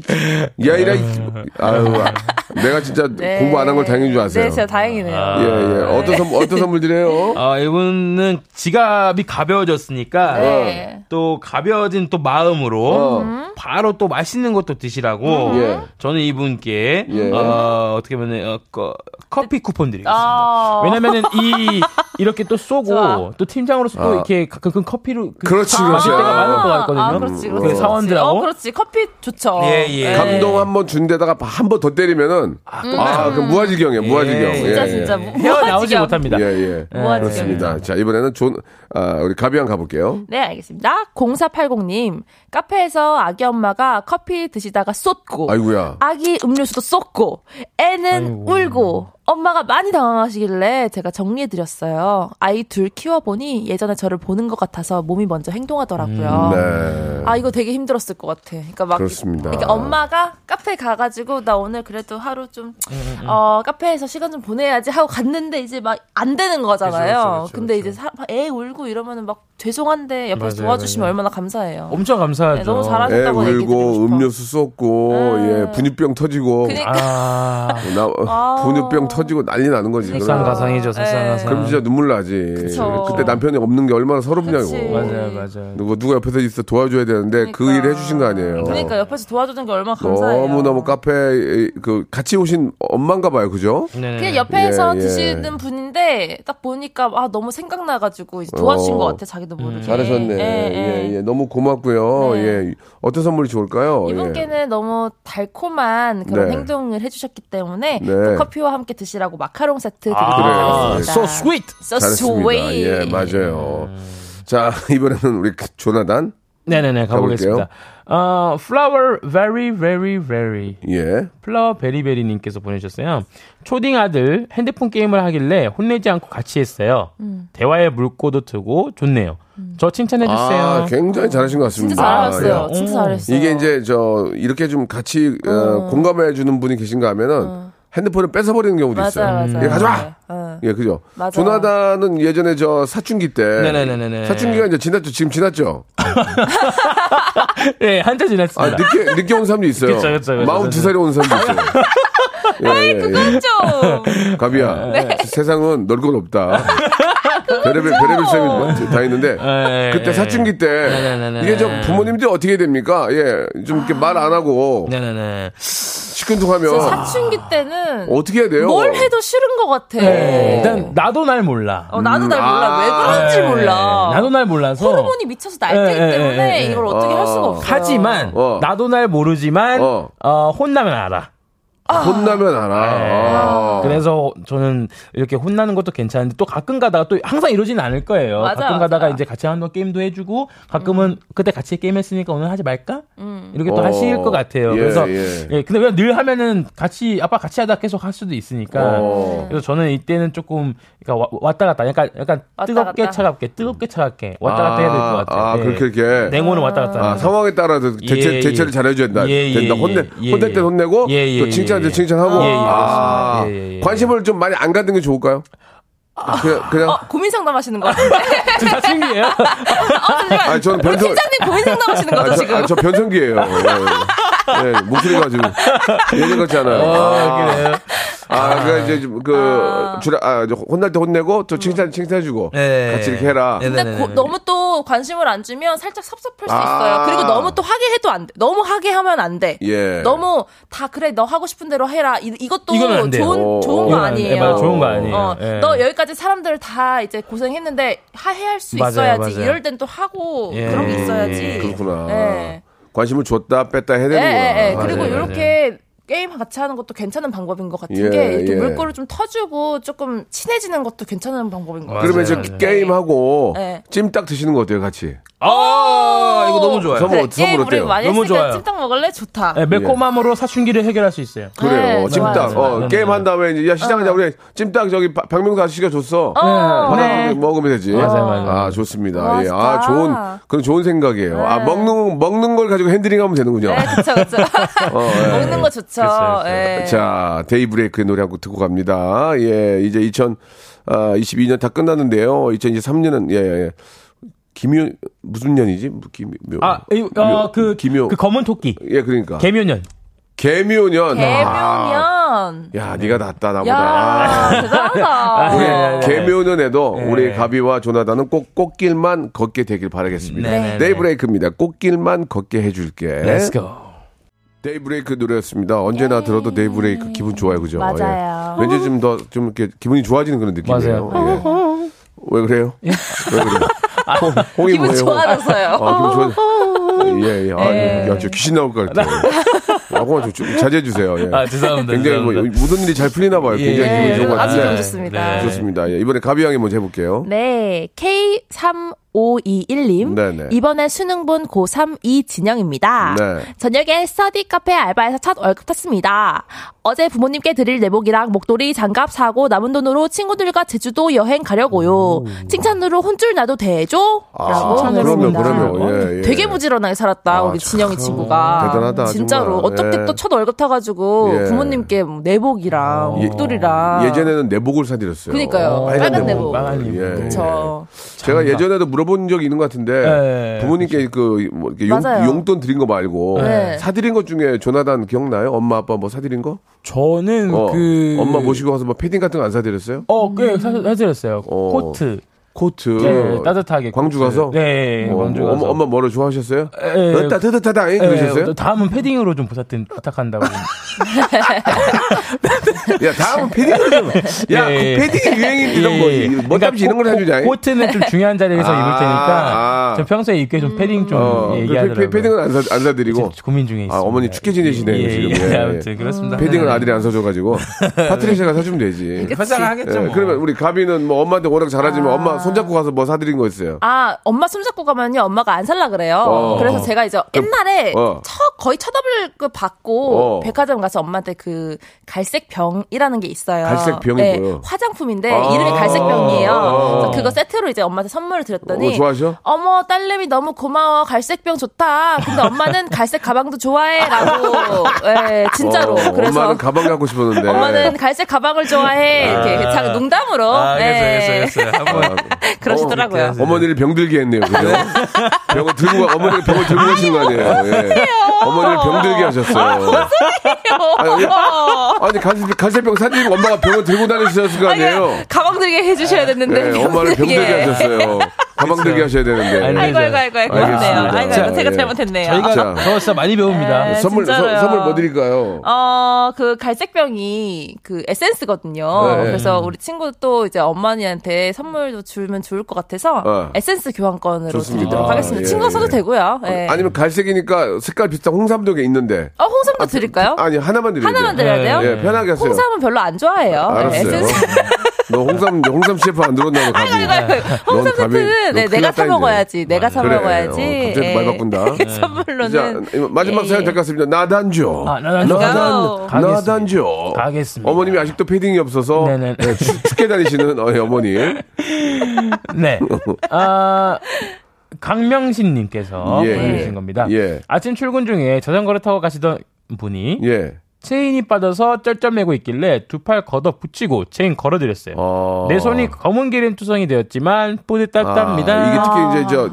S1: 야, 이라, 이, 아유, 아, 내가 진짜
S8: 네.
S1: 공부 안 한 걸 다행인 줄 아세요?
S8: 네, 진짜 다행이네요.
S1: 예, 예. 어떤 선물, 어떤 선물 드려요?
S7: 아, 이분은 지갑이 가벼워졌으니까.
S8: 네.
S7: 또 가벼워진 또 마음으로
S1: 어.
S7: 바로 또 맛있는 것도 드시라고
S8: 음.
S1: 예.
S7: 저는 이분께
S1: 예.
S7: 어, 어떻게 보면 어, 거- 커피 쿠폰 드리겠습니다.
S8: 아,
S7: 왜냐면은 이 이렇게 또 쏘고
S8: 좋아.
S7: 또 팀장으로서 또
S1: 아.
S7: 이렇게 가끔 커피로 그
S1: 그렇지, 그렇지.
S7: 마실 때가 많을 것 같거든요.
S8: 아,
S1: 음.
S8: 그렇지, 그렇지.
S7: 그 사원들하고
S8: 어, 그렇지. 커피 좋죠. 네.
S7: 예, 예.
S1: 감동 한 번 준 데다가 한 번 더 때리면은 아, 그 무아지경이에요 무아지경
S7: 예,
S8: 어, 진짜
S1: 예,
S8: 진짜
S1: 예.
S8: 무-
S7: 헤어나오지
S8: 무아지경.
S7: 못합니다.
S1: 예, 예.
S8: 무아지경.
S1: 그렇습니다 자 이번에는 존 아, 우리 가비앙 가볼게요
S8: 네, 알겠습니다. 0480님, 카페에서 아기 엄마가 커피 드시다가 쏟고,
S1: 아이고야
S8: 아기 음료수도 쏟고, 애는 울고, 엄마가 많이 당황하시길래 제가 정리해드렸어요. 아이 둘 키워보니 예전에 저를 보는 것 같아서 몸이 먼저 행동하더라고요.
S1: 네
S8: 아, 이거 되게 힘들었을 것 같아. 그러니까 막.
S1: 그렇습니다.
S8: 이렇게 엄마가 카페 가가지고, 나 오늘 그래도 하루 좀, 어, 카페에서 시간 좀 보내야지 하고 갔는데 이제 막 안 되는 거잖아요. 근데 이제 사- 애 울고 이러면은 막 죄송한데 옆에서 도와주시면 얼마나 감사해요.
S7: 엄청 감사하죠.
S8: 네, 너무
S1: 애
S8: 잘하셨다고 얘기 드리고
S1: 울고
S8: 싶어. 아.
S1: 음료수 쏟고 예 분유병 터지고
S8: 그러니까
S7: 아,
S1: 나, 분유병 터지고 난리 나는 거지 그럼.
S7: 색상가상이죠,
S8: 네.
S7: 색상가상.
S1: 그럼 진짜 눈물 나지
S8: 그쵸.
S1: 그때 남편이 없는 게 얼마나 서럽냐고
S8: 그치.
S7: 맞아요, 맞아요.
S1: 누가 누가 옆에서 있어 도와줘야 되는데 그
S8: 그러니까.
S1: 일을 해주신 거 아니에요
S8: 그러니까 옆에서 도와주는 게 얼마나 감사해요.
S1: 너무 너무 카페 그 같이 오신 엄마인가 봐요 그죠
S7: 네네.
S8: 그냥 옆에서
S1: 예, 예.
S8: 드시는 분인데 딱 보니까 아 너무 생각나가지고 이제 도와주신
S1: 어.
S8: 것 같아 자기도 모르게.
S1: 잘하셨네.
S8: 예, 예.
S1: 예, 예. 너무 고맙고요.
S8: 네.
S1: 예. 어떤 선물이 좋을까요? 예.
S8: 이분께는 너무 달콤한 그런
S1: 네.
S8: 행동을 해주셨기 때문에
S1: 네.
S8: 또 커피와 함께 드시라고 마카롱 세트 드리도록
S1: 아,
S8: 하겠습니다.
S7: so sweet.
S8: So
S1: 잘했습니다.
S8: sweet.
S1: 예, 맞아요. 자, 이번에는 우리 그 조나단.
S7: 네네네, 가보겠습니다.
S1: 가볼게요.
S7: 어, flower very, very, very.
S1: 예.
S7: 플라워 베리베리님께서 보내주셨어요. 초딩 아들 핸드폰 게임을 하길래 혼내지 않고 같이 했어요.
S8: 음.
S7: 대화에 물꼬도 트고 좋네요. 저 칭찬해주세요.
S1: 아, 굉장히 잘하신 것
S8: 진짜
S1: 같습니다.
S8: 잘했어요.
S1: 아, 예.
S8: 진짜
S7: 음.
S8: 잘했어요.
S1: 이게 이제 저 이렇게 좀 같이 어, 공감해 주는 분이 계신가 하면은 핸드폰을 뺏어 버리는 경우도
S8: 맞아요,
S1: 있어요.
S8: 맞아요.
S1: 예, 가져와.
S8: 어.
S1: 예, 그죠.
S8: 맞아요.
S1: 조나단은 예전에 저 사춘기 때
S7: 네네네네네.
S1: 사춘기가 이제 지났죠. 지금 지났죠.
S7: 네, 한자
S1: 아,
S7: 지났습니다.
S1: 늦게 늦게 온 사람도 있어요.
S7: 그쵸, 그쵸, 그쵸,
S1: 마흔 두 살에 온 사람도 있어요. 예, 예, 예.
S8: 좀
S1: 가비야,
S7: 네.
S8: 네.
S1: 세상은 넓고 높다. 베레벨,
S8: 그렇죠.
S1: 베레벨 쌤이 다 있는데,
S7: 네,
S1: 그때
S7: 네.
S1: 사춘기 때,
S7: 네, 네, 네,
S1: 이게 저
S7: 네.
S1: 부모님들 어떻게 됩니까? 예, 좀 이렇게 말 안 하고,
S7: 네네네.
S1: 시큰둥하면,
S8: 사춘기 때는
S1: 어떻게 해야 돼요?
S8: 뭘 해도 싫은 것 같아.
S7: 일단 나도 날 몰라.
S8: 네. 어, 나도 날
S1: 음,
S8: 몰라.
S1: 아.
S8: 왜 그런지 몰라.
S7: 네, 나도 날 몰라서.
S8: 호르몬이 미쳐서 날뛰기
S7: 예, 예,
S8: 때문에
S7: 예, 예.
S8: 이걸 어떻게 할 수가
S1: 어.
S8: 없어요.
S7: 하지만
S1: 어.
S7: 나도 날 모르지만
S1: 어.
S7: 어, 혼나면 알아.
S1: 혼나면 알아. 아.
S7: 네. 그래서 저는 이렇게 혼나는 것도 괜찮은데 또 가끔 가다가 또 항상 이러진 않을 거예요.
S8: 맞아, 음.
S7: 가끔 가다가
S8: 맞아.
S7: 이제 같이 한번 게임도 해주고 가끔은 그때 같이 게임했으니까 오늘 하지 말까?
S8: 음.
S7: 이렇게 또
S1: 어.
S7: 하실 것 같아요.
S1: 예,
S7: 그래서
S1: 예.
S7: 예, 근데 왜 늘 하면은 같이 아빠 같이 하다 계속 할 수도 있으니까.
S1: 어.
S7: 그래서 저는 이때는 조금 그러니까 와- 왔다 갔다 약간 약간
S8: 왔다
S7: 뜨겁게
S8: 갔다.
S7: 차갑게 뜨겁게 차갑게 왔다 갔다 뭐 해야 될 것 같아요.
S1: 아,
S7: 예.
S1: 그렇게, 이렇게.
S7: 냉오는 왔다 갔다.
S1: 아,
S7: 하는 거.
S1: 상황에 따라서 대체,
S7: 예,
S1: 대체를
S7: 예.
S1: 잘해줘야 된다.
S7: 예, 예,
S1: 된다.
S7: 예.
S1: 혼내,
S7: 예,
S1: 혼낼 때
S7: 예.
S1: 혼내고,
S7: 예, 예,
S1: 또 칭찬할 때
S7: 예.
S1: 칭찬하고.
S7: 예, 예,
S1: 아,
S7: 그렇습니다. 예, 예, 예.
S1: 관심을 좀 많이 안 갖는 게 좋을까요? 그냥, 그냥.
S8: 어, 고민 상담하시는 거 같은데.
S7: 지금 사춘기예요?
S8: 어, 잠시만.
S1: 아니, 저는 변소-
S8: 우리 팀장님 고민 상담하시는 거죠,
S1: 아, 저,
S8: 지금?
S1: 아, 저 변성기예요. 예. 예, 목소리가 지금 예전 같지 않아요. 아,
S7: 어, 그래요?
S8: 어,
S1: 아, 그러니까 이제 좀 그 주라 아, 저 혼날 때 혼내고
S8: 음.
S1: 또 칭찬 칭찬해주고
S7: 네.
S1: 같이 이렇게 해라.
S7: 네, 네.
S8: 근데 고- 너무 또 관심을 안 주면 살짝 섭섭할 수
S1: 아.
S8: 있어요. 그리고 너무 또 하게 해도 안 돼. 너무 하게 하면 안 돼.
S1: 예.
S8: 너무 다 그래 너 하고 싶은 대로 해라. 이, 것도
S7: 이건 안 돼요.
S1: 어,
S8: 좋은 좋은
S1: 어.
S8: 거
S1: 이건
S7: 안 돼요. 예,
S8: 아니에요.
S7: 네, 맞아요. 좋은 거 아니에요.
S8: 어,
S7: 예.
S8: 너 여기까지 사람들 다 이제 고생했는데 하 해할 수
S7: 맞아요,
S8: 있어야지.
S7: 맞아요.
S8: 이럴 땐 또 하고
S7: 예.
S8: 그런 게
S7: 예.
S8: 있어야지.
S1: 그렇구나.
S8: 예.
S1: 관심을 줬다 뺐다 해야
S8: 예,
S1: 되는구나.
S8: 예, 예.
S1: 맞아요.
S8: 그리고
S7: 맞아요.
S8: 이렇게 게임 같이 하는 것도 괜찮은 방법인 것 같은
S1: 예,
S8: 게 이렇게
S1: 예.
S8: 물꼬를 좀 터주고 조금 친해지는 것도 괜찮은 방법인 것 같아요. 예.
S1: 그러면 이제
S7: 맞아요.
S1: 게임하고
S8: 네.
S1: 찜닭 드시는 거 어때요, 같이?
S7: 아,
S8: 어!
S7: 이거 너무 좋아요.
S1: 선물,
S8: 그래,
S1: 어때- 선물
S8: 게임 우리
S1: 어때요?
S8: 많이
S7: 너무
S8: 했으니까
S7: 좋아요.
S8: 찜닭 먹을래? 좋다.
S1: 예.
S7: 네, 매콤함으로 사춘기를 해결할 수 있어요.
S1: 그래요.
S8: 네,
S1: 찜닭.
S7: 좋아요,
S1: 어,
S7: 좋아요.
S1: 게임 한 다음에 이제 야 시장하자 우리 찜닭 저기 박- 박명수 아저씨가 줬어.
S8: 어,
S1: 받아
S7: 네.
S1: 먹으면 되지.
S7: 맞아요, 맞아요.
S1: 아, 좋습니다.
S8: 와,
S1: 예. 아,
S8: 좋다.
S1: 좋은 그건 좋은 생각이에요. 아, 먹는 먹는 걸 가지고 핸들링하면 되는군요.
S8: 네, 그쵸, 그쵸.
S1: 예.
S8: 먹는 거 좋죠.
S7: 그쵸, 그쵸.
S8: 예.
S1: 자, 데이브레이크 노래 한곡 듣고 갑니다. 예, 이제 아, 2022년 다 끝났는데요. 2023년은 예, 예. 김효 무슨 년이지? 뭐, 김 묘.
S7: 아, 이, 어,
S1: 묘-
S7: 그,
S1: 김효.
S7: 그 검은 토끼.
S1: 예, 그러니까.
S7: 개묘년.
S1: 개묘년. 아,
S8: 네. 개묘면.
S1: 야, 네가 낫다 나보다. 아. 예,
S8: 야, 대단하다.
S1: 우리
S7: 네, 네, 네.
S1: 개묘년에도
S7: 네.
S1: 우리 가비와 조나단은 꼭 꽃길만 걷게 되길 바라겠습니다.
S7: 네, 네, 네.
S1: 데이브레이크입니다. 꽃길만 걷게 해줄게.
S7: Let's go.
S1: 데이브레이크 노래였습니다. 언제나 들어도 데이브레이크 기분 좋아요, 그죠?
S8: 맞아요.
S1: 예. 왠지 좀 더 좀 이렇게 기분이 좋아지는 그런 느낌이에요. 예. 왜 그래요? 왜 그래요? 홍, 홍이
S8: 기분
S1: 뭐예요?
S8: 좋아졌어요.
S1: 아, 기분 좋아. 예, 예. 아,
S8: 예.
S1: 야, 저 귀신 나올 것 같아요. 아, 그만 좀, 좀 자제해 주세요. 예.
S7: 아, 죄송합니다.
S1: 굉장히 뭐,
S7: 죄송합니다.
S1: 모든 일이 잘 풀리나 봐요.
S7: 예,
S1: 굉장히
S7: 예,
S1: 기분 좋은 것
S7: 예.
S8: 아주
S1: 같은데.
S8: 기분 좋습니다.
S7: 네.
S1: 좋습니다. 예, 이번에 가비 양이 먼저 해볼게요.
S8: 네, K3521님.
S1: 네네.
S8: 이번에 수능 본 고3 이진영입니다.
S1: 네.
S8: 저녁에 스터디 카페 알바에서 첫 월급 탔습니다. 어제 부모님께 드릴 내복이랑 목도리, 장갑 사고 남은 돈으로 친구들과 제주도 여행 가려고요. 칭찬으로 혼쭐 나도 되죠? 라고
S1: 아, 그러면,
S8: 보내주셨습니다. 어,
S1: 그러면. 예, 예.
S8: 되게 부지런하게 살았다
S1: 아,
S8: 우리
S1: 참.
S8: 진영이 친구가
S1: 대단하다,
S8: 진짜로
S1: 정말.
S8: 어떻게
S1: 예.
S8: 또 첫 월급 타가지고
S1: 예.
S8: 부모님께 뭐 내복이랑
S1: 예.
S8: 목도리랑
S1: 예전에는 내복을 사드렸어요.
S8: 그러니까요.
S1: 빨간,
S8: 빨간
S1: 내복.
S8: 내복.
S7: 빨간 내복.
S1: 예, 예.
S8: 저
S1: 제가 예전에도 물어본 적이 있는 것 같은데
S7: 예,
S1: 부모님께 그, 뭐 이렇게 용,
S8: 맞아요.
S1: 용돈 드린 거 말고
S8: 네.
S1: 사드린 것 중에 조나단 기억나요? 엄마 아빠 뭐 사드린 거?
S7: 저는
S1: 어,
S7: 그.
S1: 엄마 모시고 가서 뭐 패딩 같은 거 안 사드렸어요?
S7: 어, 그, 사- 해드렸어요.
S1: 어.
S7: 코트.
S1: 코트
S7: 네, 따뜻하게.
S1: 광주
S7: 코트.
S1: 가서?
S7: 네,
S1: 어,
S7: 광주
S1: 뭐,
S7: 가서.
S1: 엄마, 엄마 뭐를 좋아하셨어요?
S7: 예, 예.
S1: 따 따뜻하다 잉?
S7: 예,
S1: 그러셨어요?
S7: 다음은 패딩으로 좀 부탁드, 부탁한다고.
S1: 야 다음은 패딩을 좀 야, 그
S7: 예, 예.
S1: 패딩이 유행인 이런 거
S7: 예, 예.
S1: 뭐 답지 이런 걸
S7: 코-
S1: 해주자 잉?
S7: 코트는 좀 중요한 자리에서
S1: 아,
S7: 입을 테니까
S1: 아.
S7: 전 평소에 입게 좀 패딩 좀 예,
S1: 어, 그 패-
S7: 음, 얘기하더라고요.
S1: 패딩은 안, 사, 안 사드리고
S7: 지금 고민 중에 있습니다.
S1: 아, 어머니 춥게 지내시네요,
S7: 예,
S1: 지금.
S7: 예,
S1: 예, 예.
S7: 아무튼 그렇습니다. 네.
S1: 패딩은 아들이 안 사줘가지고 파트리샤가 사주면 되지.
S7: 화장하겠죠.
S1: 예,
S7: 뭐.
S1: 그러면 우리 가비는 뭐 엄마한테 워낙 잘하지만 엄마 손잡고 가서 뭐 사드린 거 있어요?
S8: 아, 엄마 숨잡고 가면요, 엄마가 안 살라 그래요.
S1: 어.
S8: 그래서 제가 이제 옛날에
S1: 어.
S8: 처- 거의 쳐다볼 그 받고
S1: 어.
S8: 백화점 가서 엄마한테 그 갈색 병이라는 게 있어요. 네,
S1: 갈색 병이 뭐예요?
S8: 화장품인데
S1: 아.
S8: 이름이 갈색 병이에요.
S1: 어.
S8: 그래서 그거 세트로 이제 엄마한테 선물을 드렸더니
S1: 어, 좋아하셔?
S8: 어머, 딸내미 너무 고마워. 갈색 병 좋다. 근데 엄마는 갈색 가방도 좋아해라고. 예, 진짜로.
S1: 어,
S8: 그래서
S1: 엄마는 가방 네. 갖고 싶었는데. 어,
S8: 엄마는 갈색 가방을 좋아해. 이렇게 자 농담으로.
S7: 아,
S8: 예.
S7: 그래서, 그래서,
S1: 아,
S7: 그래서.
S8: 그러시더라고요.
S7: 어,
S1: 어머니를 병들게 했네요, 그죠? 병을 들고, 가- 어머니를 병을 들고 가신 거 아니에요? 예. 어머니를 병들게 하셨어요. 아니, 아니 갈색, 갈색병 사드리고 엄마가 병을 들고 다니셨을 거 아니에요?
S8: 가방 들게 해주셔야 됐는데.
S1: 예, 엄마를 병들게 하셨어요. 가방 들게 하셔야 되는데.
S7: 아니,
S8: 아이고, 아이고, 아이고, 아이고.
S1: 알겠습니다.
S8: 맞네요. 아이고, 아이고,
S1: 자,
S8: 제가
S1: 예.
S8: 잘못했네요.
S7: 저희가
S1: 자.
S7: 더 진짜 많이 배웁니다.
S8: 네.
S1: 선물, 서,
S8: 진짜로요.
S1: 선물 뭐 드릴까요?
S8: 어, 그 갈색병이 그 에센스거든요.
S1: 네.
S8: 그래서 우리 친구 또 이제 엄마니한테 선물도 주면 좋을 것 같아서
S1: 네.
S8: 에센스 교환권으로
S1: 좋습니다.
S8: 드리도록 하겠습니다.
S1: 아, 예,
S8: 친구가 써도
S1: 예.
S8: 되고요. 예.
S1: 아니면 갈색이니까 색깔 비슷한 홍삼도 게 있는데.
S8: 어, 홍삼도 드릴까요?
S1: 아니 하나만 드려요.
S8: 하나만 드려야 돼요?
S1: 예, 편하게 하세요.
S8: 홍삼은 네, 별로 안 좋아해요. 예,
S1: 알았어요.
S8: 에센스.
S1: 너 홍삼 홍삼 CF 안 들었나 봐.
S8: 아이고, 아이고, 아이고. 홍삼
S1: 감히-
S8: 세트는
S1: 예. 너
S8: 네,
S1: 큰일
S8: 내가
S1: 났다,
S8: 사
S1: 이제.
S8: 먹어야지. 내가 사
S1: 그래.
S8: 먹어야지.
S1: 어, 갑자기
S8: 예.
S1: 말 바꾼다.
S8: 선물로는
S1: 자, 마지막
S8: 예,
S1: 사연
S8: 예.
S1: 될 것 같습니다. 나단조.
S7: 아, 나단조.
S1: 나단,
S7: 가겠습니다.
S1: 나단조.
S7: 가겠습니다.
S1: 어머님이 아직도 패딩이 없어서
S7: 네네.
S1: 네, 추- 춥게 다니시는 어, 예, 어머니.
S7: 네. 아, 강명신님께서
S1: 예,
S7: 보내주신
S1: 예.
S7: 겁니다.
S1: 예.
S7: 아침 출근 중에 자전거를 타고 가시던 분이
S1: 예.
S7: 체인이 빠져서 쩔쩔매고 있길래 두 팔 걷어 붙이고 체인 걸어드렸어요.
S1: 어.
S7: 내 손이 검은 기름 투성이 되었지만
S1: 아, 이게
S7: 뿌듯답답니다.
S1: 특히 이제 저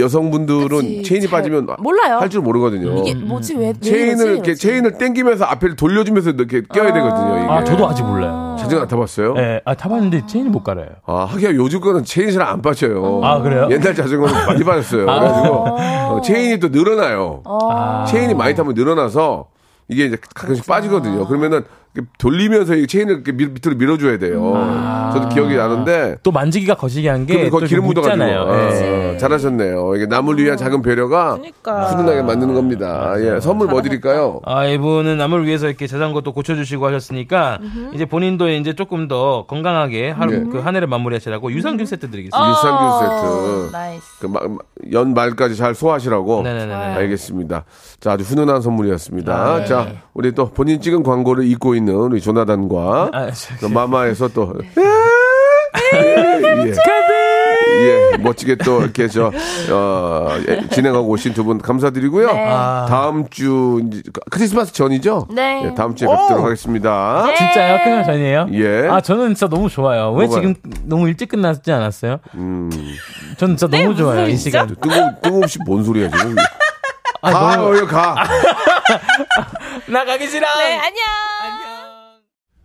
S1: 여- 여성분들은
S8: 그치,
S1: 체인이
S8: 잘
S1: 빠지면
S8: 몰라요.
S1: 할 줄 모르거든요.
S8: 이게 뭐지 왜, 왜 이러지?
S1: 체인을 이렇게
S8: 이러지?
S1: 체인을 당기면서 앞을 돌려주면서 이렇게 껴야 되거든요. 이게.
S7: 뭐. 아, 저도 아직 몰라요.
S1: 자주 안 타봤어요.
S7: 네, 아, 타봤는데 체인이 못 갈아요.
S1: 아, 하기야 요즘 거는 체인 잘 안 빠져요.
S7: 아, 그래요?
S1: 옛날 자전거는 많이 빠졌어요. 그래가지고 어, 체인이 또 늘어나요.
S7: 아.
S1: 체인이 많이 타면 늘어나서 이게 이제 가끔씩 빠지거든요. 그러면은 이렇게 돌리면서 이 체인을 이렇게 밑- 밑으로 밀어줘야 돼요.
S7: 아.
S1: 저도 기억이 나는데.
S7: 또 만지기가 거시기 한게
S1: 그거 기름 묻어가지고
S7: 묻잖아요.
S1: 아,
S7: 예.
S1: 잘하셨네요. 이게 남을 위한 작은 배려가 훈훈하게 만드는 겁니다. 예, 선물 뭐 드릴까요?
S7: 아, 이분은 남을 위해서 이렇게 자전거도 고쳐주시고 하셨으니까 이제 본인도 이제 조금 더 건강하게 하루
S1: 예.
S7: 그 한 해를 마무리하시라고 유산균 세트 드리겠습니다.
S1: 유산균 세트.
S8: 어, 나이스.
S1: 그 마- 마- 연 말까지 잘 소화하시라고.
S7: 아, 네네네. 아, 네.
S1: 알겠습니다. 자, 아주 훈훈한 선물이었습니다. 자, 우리 또 본인 찍은 광고를 잊고 있는 우리 조나단과
S7: 아, 네. 저-
S1: 또 마마에서 또. 예. 예, 멋지게 또 이렇게 저, 어, 예, 진행하고 오신 두 분 감사드리고요.
S7: 아,
S1: 다음 주 이제 크리스마스 전이죠?
S8: 네.
S1: 예, 다음 주에 뵙도록 하겠습니다.
S7: 진짜요? 끝나 전이에요?
S1: 예.
S7: 아, 저는 진짜 너무 좋아요. 왜
S1: 뭐가요? 음.
S7: 지금 너무 일찍 끝났지 않았어요? 저는 진짜 네, 너무
S8: 무슨
S7: 좋아요. 이
S8: 소리죠?
S7: 시간.
S1: 뜬금, 뜬금없이 뭔 소리야, 지금.
S7: 아,
S1: 가,
S7: 너무-
S1: 어여, 가.
S7: 나 가기 싫어.
S8: 네, 안녕.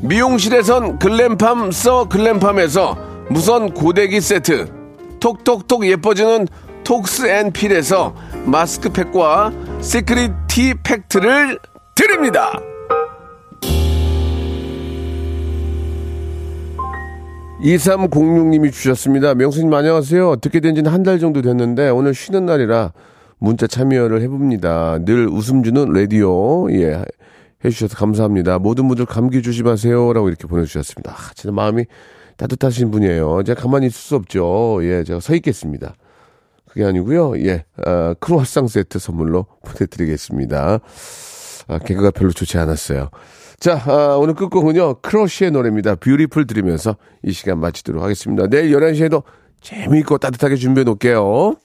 S1: 미용실에선 글램팜 써 글램팜에서 무선 고데기 세트 톡톡톡 예뻐지는 톡스앤필에서 마스크팩과 시크릿 티 팩트를 드립니다 이삼공6님이 주셨습니다. 명수님 안녕하세요. 듣게 된 지는 한 달 정도 됐는데 오늘 쉬는 날이라 문자 참여를 해봅니다. 늘 웃음 주는 라디오 예 해주셔서 감사합니다. 모든 분들 감기 조심하세요. 라고 이렇게 보내주셨습니다. 아, 진짜 마음이 따뜻하신 분이에요. 제가 가만히 있을 수 없죠. 예, 제가 서 있겠습니다. 그게 아니고요. 예, 아, 크로아상 세트 선물로 보내드리겠습니다. 아, 개그가 별로 좋지 않았어요. 자, 아, 오늘 끝곡은요. 크러쉬의 노래입니다. 뷰티풀 들으면서 이 시간 마치도록 하겠습니다. 내일 11시에도 재미있고 따뜻하게 준비해 놓을게요.